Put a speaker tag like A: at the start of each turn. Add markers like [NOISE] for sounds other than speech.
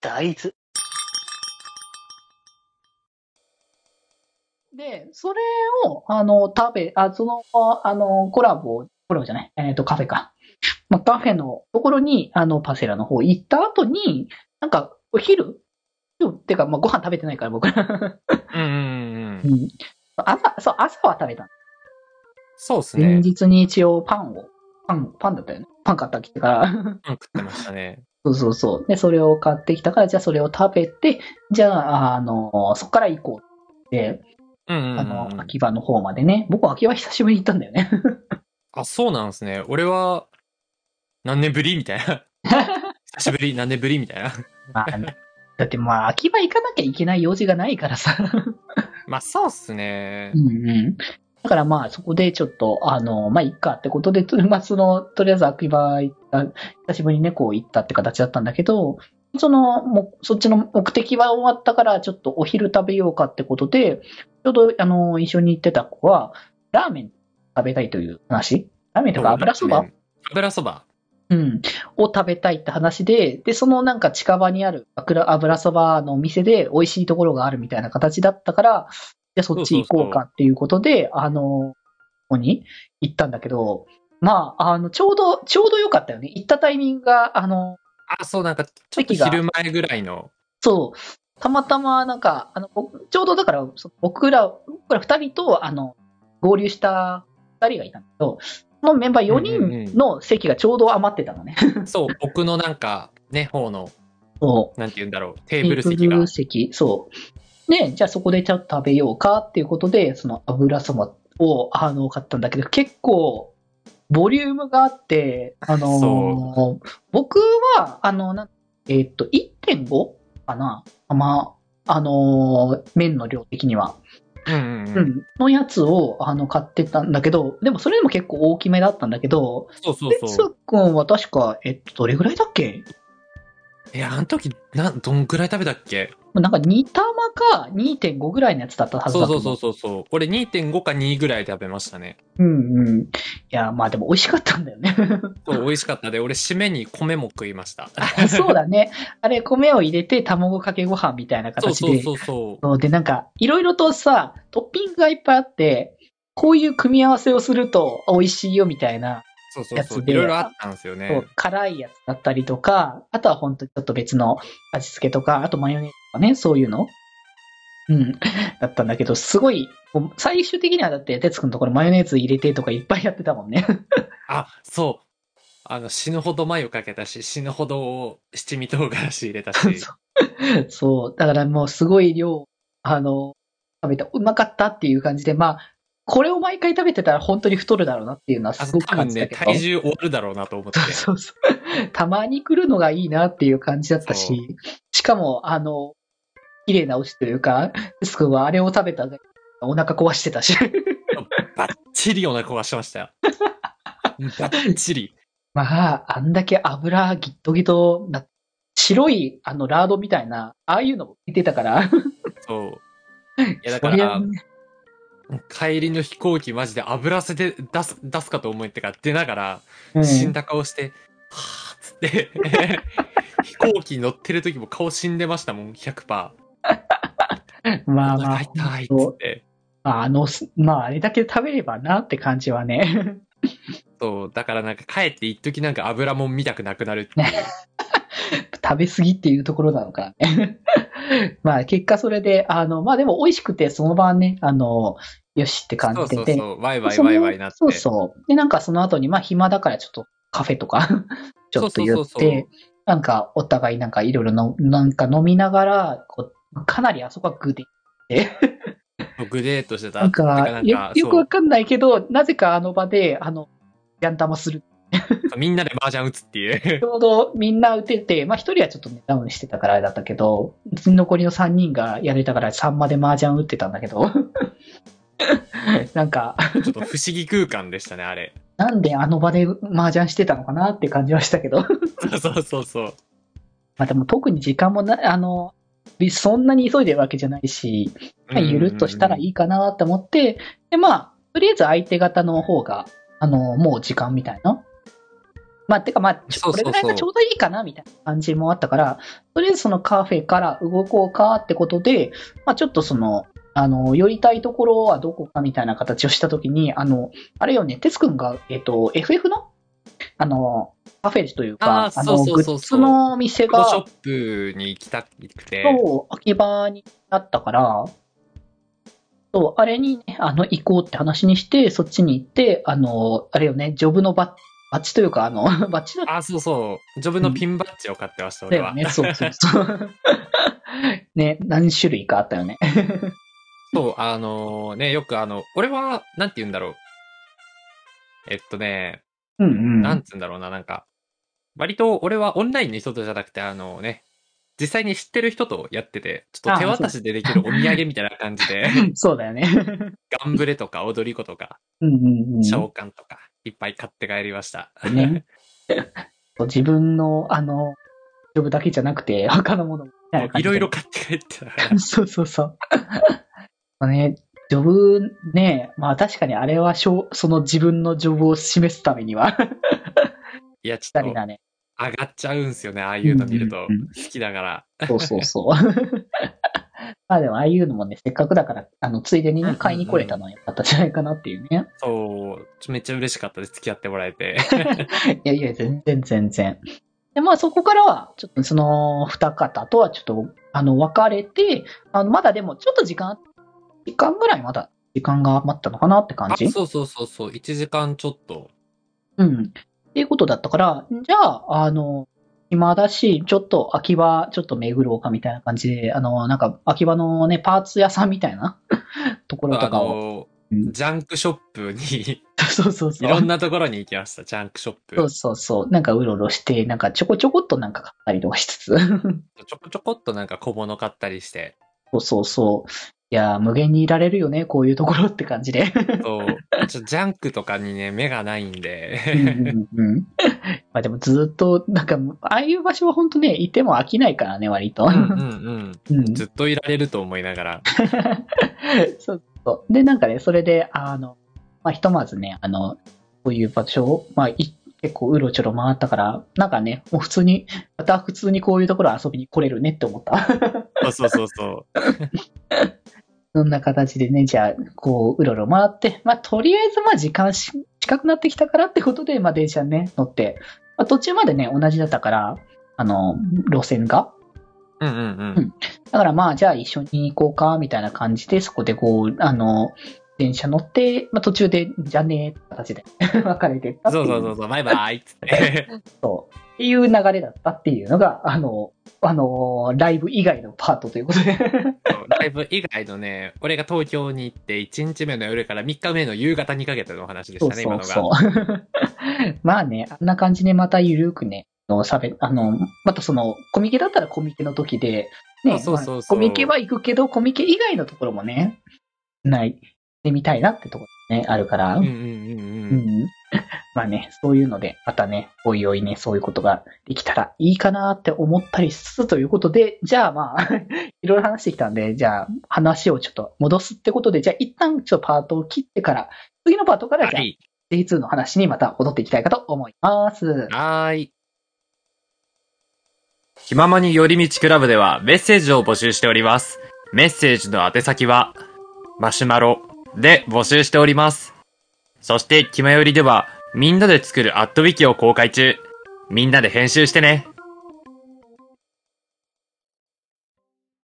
A: 大豆。
B: で、それを、あの、食べ、あ、その、あの、コラボ、コラボじゃない、えっ、と、カフェか。まあ、カフェのところに、あの、パセラの方行った後に、なんか、お昼昼ってか、まあ、ご飯食べてないから、僕 [LAUGHS] ら。
C: うんうんうん
B: う。ん朝、そう、朝は食べたの。
C: そうです
B: 前
C: ね。
B: 日に一応パンを、パン、パンだったよね。パン買ってきてから。 [LAUGHS]
C: うん食ってました [LAUGHS] ね。
B: そうそうそう。で、それを買ってきたから、じゃあそれを食べて、じゃあ、あの、そこから行こうって、
C: うんうんうん
B: あの、秋葉の方までね。僕、秋葉久しぶりに行ったんだよ
C: [LAUGHS]
B: ね。
C: あ、そうなんですね。俺は、何年ぶりみたいな。 [LAUGHS] 久しぶり、何年ぶりみたいな。
B: まあねだってまあ、秋葉行かなきゃいけない用事がないから
C: [LAUGHS]
B: さ。
C: まあ、そうっすね
B: う。んうん。だからまあ、そこでちょっと、あの、まあ、いっかってことで、とまあ、その、とりあえず秋葉行った、久しぶりに猫行ったって形だったんだけど、その、もう、そっちの目的は終わったから、ちょっとお昼食べようかってことで、ちょうど、あの、一緒に行ってた子は、ラーメン食べたいという話ラーメンとか油そば
C: 油そば。
B: うん。を食べたいって話で、で、そのなんか近場にある油油そばのお店で美味しいところがあるみたいな形だったから、じゃあそっち行こうかっていうことで、あの、ここに行ったんだけど、まあ、あの、ちょうど、ちょうど良かったよね。行ったタイミングが、あの、
C: あ、そう、なんか、ちょっと
B: 席が
C: 昼前ぐらいの。
B: そう、たまたまなんか、あの、僕ちょうどだから、そ僕ら、僕ら二人と、あの、合流した二人がいたんだけど、そのメンバー4
C: うんうんうん
B: 人の席がちょうど余ってたの [LAUGHS] ね。
C: そう、僕のなんか、ね、方の、
B: そう。
C: なんて言うんだろう、テ
B: テ
C: ーブル席が。
B: 席そう。ね、じゃあそこでちょっと食べようかっていうことで、その油そばを、あの、買ったんだけど、結構、ボリュームがあって、あの
C: そ
B: 僕は、あの、なんえっと、1.5かなまあ、あの麺の量的には。
C: うんうん
B: う
C: うん。
B: ん。のやつを、あの、買ってたんだけど、でもそれでも結構大きめだったんだけど、
C: そうそう
B: ペツ
C: そう。
B: 君は確か、えっと、どれぐらいだっけ
C: え、あの時、なん、どんくらい食べたっけ
B: なんか2玉か2.5ぐらいのやつだったはず
C: そ
B: だ
C: う
B: った
C: そうそうそうそう。俺2.5か2ぐらい食べましたね。
B: うんうん。いや、まあでも美味しかったんだよね。 [LAUGHS]
C: そう、美味しかったで、俺、締めに米も食いました。
B: そうだね。あれ、米を入れて卵かけご飯みたいな
C: そう
B: 形で。
C: そうそうそう。
B: そうで、なんか、いろいろとさ、トッピングがいっぱいあって、こういう組み合わせをすると美味しいよみたいな、
C: そうそうそう。
B: やつで
C: いろいろあったんですよね
B: そう。辛いやつだったりとか、あとは本当にちょっと別の味付けとか、あとマヨネーズとかね、そういうの。うん。だったんだけど、すごい、こう最終的にはだって、哲くんのところマヨネーズ入れてとかいっぱいやってたもんね。
C: あ、そう。あの、死ぬほどマヨかけたし、死ぬほど七味唐辛子入れたし。
B: [LAUGHS] そう。そう。だからもうすごい量、あの、食べた、うまかったっていう感じで、まあ、これを毎回食べてたら本当に太るだろうなっていうのは
C: あ
B: す
C: の、
B: ごく
C: 多
B: 感
C: 分
B: じ
C: ね、
B: たけど。
C: 体重終わるだろうなと思って。
B: そうそう。たまに来るのがいいなっていう感じだった
C: そう
B: し、しかも、あの、綺麗なおちというか、デスクはあれを食べたらお腹壊してたし。 [LAUGHS]
C: バッチリお腹壊してましたよ。バッチリ。
B: まあ、あんだけ油ギットギトな、白いあのラードみたいな、ああいうのも出てたから。
C: そう。いや、だか
B: そりゃ
C: ら、帰りの飛行機マジで油汗で出す、出すかと思ってから出ながら、
B: うん
C: 死んだ顔して、はぁーっつって、 [LAUGHS] 飛行機に乗ってる時も顔死んでましたもん、100%。
B: まあ
C: お
B: ま
C: 腹
B: あ、
C: 痛いっ
B: 本当
C: つって。
B: まあ、あの、すまあ、あれだけ食べればなって感じはね。 [LAUGHS]
C: そう、だからなんか帰って一時なんか油もん見たくなくなるっていう。
B: 食べ過ぎっていうところなのかね。 [LAUGHS] まあ、結果それで、あの、まあでも美味しくて、その晩ね、あの、よしって [LAUGHS] 感
C: そう
B: じ
C: そ
B: で
C: うそう、ワイワイワイワイなって。
B: そうそう。で、なんかその後に、まあ暇だからちょっとカフェとか、 [LAUGHS] ちょっと
C: そ
B: 言
C: う
B: っ
C: そうそうそう
B: て、なんかお互いなんかいろいろの、なんか飲みながら、こうかなりあそこはグで
C: グデートしてた。
B: なんか、
C: てなん
B: よ
C: か
B: よくわかんないけど、なぜかあの場で、あの、ジャン玉する
C: そうみんなで麻雀打つっていう [LAUGHS]
B: ち。ょうどみんな打てて、まあ一人はちょっとね、ダウンしてたからあれだったけど、残りの3人がやれたから3まで麻雀打ってたんだけど、 [LAUGHS] なんか、
C: ちょっと不思議空間でしたね、あれ。
B: なんであの場で麻雀してたのかなって感じはしたけど、
C: そうそうそうそう。
B: まあでも特に時間もな、あの、そんなに急いでるわけじゃないし、まあゆるっとしたらい
C: い。
B: いかなって思って、でまあ、とりあえず相手方の方が、あの、もう時間みたいなまあ、てかまあ、ちょ
C: そう
B: これ
C: そうそ
B: ぐ
C: う
B: らいがちょうどいいかな、みたいな感じもあったから、とりあえずそのカフェから動こうかってことで、まあちょっとその、あの、寄りたいところはどこかみたいな形をしたときに、あの、あれよね、てつくんが、えっと、FF のあの、カフェというか、
C: あ
B: あ
C: ー
B: の、
C: そう
B: グ
C: そうそう
B: ッズ
C: そう
B: のお店
C: フォ
B: が、
C: トショ
B: そ
C: ップに行きたくて。
B: う、秋葉になったから、そう、あれにね、あの、行こうって話にして、そっちに行って、あの、あれよね、ジョブのバッバッジというか、あの、 [LAUGHS] バッジだっ
C: あ、そうそう。ジョブのピンバッジを買ってました、
B: た
C: 俺
B: よ
C: は。
B: ね。そうそうそう。 [LAUGHS] ね、何種類かあったよね。
C: そう、あのね、よくあの、俺は、なんて言うんだろう。えっとね、
B: うんうん。
C: なんつうんだろうな、なんか。割と俺はオンラインの人とじゃなくて、あのね、実際に知ってる人とやってて、ちょっと手渡しでできるお土産みたいな感じで、
B: そうだよね。
C: ガンブレとか踊り子とか、
B: うんうんうん。
C: 召喚とか、いっぱい買って帰りました。
B: ね。自分の、あの、ジョブだけじゃなくて、他のものも。
C: いろいろ買って帰ってたから。
B: [LAUGHS] そうそうそう。まあね、ジョブね、まあ確かにあれはしょう、その自分のジョブを示すためには、
C: いや、ち
B: 二
C: ょっと
B: 人だね。
C: 上がっちゃうんすよね、ああいうの見る
B: うん
C: と
B: うんうん。
C: 好きだから。
B: そうそう [LAUGHS] そう。まあでもああいうのもね、せっかくだから、あの、ついでに
C: うんう
B: ね
C: んう、ん
B: 買いに来れたのはよかったんじゃないかなっていうね。
C: そう、めっちゃ嬉しかったです、付き合ってもらえて。
B: [LAUGHS] いやいや、全然全然。で、まあそこからは、ちょっとその二方とはちょっと、あの、別れて、あの、まだでもちょっと時間、時間ぐらいまだ時間が余ったのかなって感
C: あ
B: じ。
C: そうそうそうそう、1時間ちょっと。
B: うん。っていうことだったから、じゃあ、あの、暇だし、ちょっと秋葉、ちょっと巡ろうかみたいな感じで、あの、なんか秋葉のね、パーツ屋さんみたいな [LAUGHS] ところ
C: あ
B: とかを。
C: の、
B: うん
C: ジャンクショップに、
B: そうそう
C: い
B: そ
C: ろん
B: う。
C: なところに行きました、ジャンクショップ。
B: そうそうそう。なんかうろうろして、なんかちょこちょこっとなんか買ったりとかしつつ。
C: ちょこちょこっとなんか小物買ったりして。
B: そうそうそう。いやー、無限にいられるよね、こういうところって感じで。
C: そう、ちょジャンクとかにね、目がないん
B: うんう
C: で。
B: んうん
C: [LAUGHS]
B: うん。まあでもずっと、なんか、ああいう場所は本当ね、いても飽きないからね、割と。
C: うんうん
B: うん
C: うん。ずっといられると思いながら。
B: そうそう。で、なんかね、それで、あの、まあ、ひとまずね、あの、こういう場所を、まあ、い結構うろちょろ回ったから、なんかね、もう普通に、また普通にこういうところ遊びに来れるねって思った。
C: そうそうそうそう。
B: そんな形でね、じゃあ、こう、うろうろ回って、まあ、とりあえず、まあ、時間し、近くなってきたからってことで、まあ、電車にね、乗って、まあ、途中までね、同じだったから、あの、路線が。
C: うんうん
B: う
C: うんん。
B: だからまあ、じゃあ一緒に行こうか、みたいな感じで、そこでこう、あの、電車乗って、まあ途中で、じゃねえって形で [LAUGHS] 別れてったってい
C: そう
B: う。
C: そうそうそう、バイバイっつって。
B: そうっていう流れだったっていうのが、あの、あの、ライブ以外のパートということで。
C: そうライブ以外のね、俺が東京に行って、1日目の夜から3日目の夕方にかけてのお話でし
B: そう
C: たね、
B: そ
C: 今の
B: う
C: が
B: そ。う。 [LAUGHS] まあね、あんな感じでまたゆるくね、のしゃべあの、またその、コミケだったらコミケの時で、ね、
C: そうそうそうそう
B: まあコミケは行くけど、コミケ以外のところもね、ない、でみたいなってところね、あるから。
C: うんうん
B: う
C: うんうん。
B: ん。 [LAUGHS] まあね、そういうので、またね、おいおいね、そういうことができたらいいかなって思ったりしつつということで、じゃあまあ、 [LAUGHS] いろいろ話してきたんで、じゃあ話をちょっと戻すってことで、じゃあ一旦ちょっとパートを切ってから、次のパートから
C: は
B: じゃあ
C: い。
B: J2 の話にまた戻っていきたいかと思います。
C: はーい。気ままに寄り道クラブではメッセージを募集しております。メッセージの宛先は、マシュマロで募集しております。そして、気まよりでは、みんなで作るアットウィキを公開中。みんなで編集してね。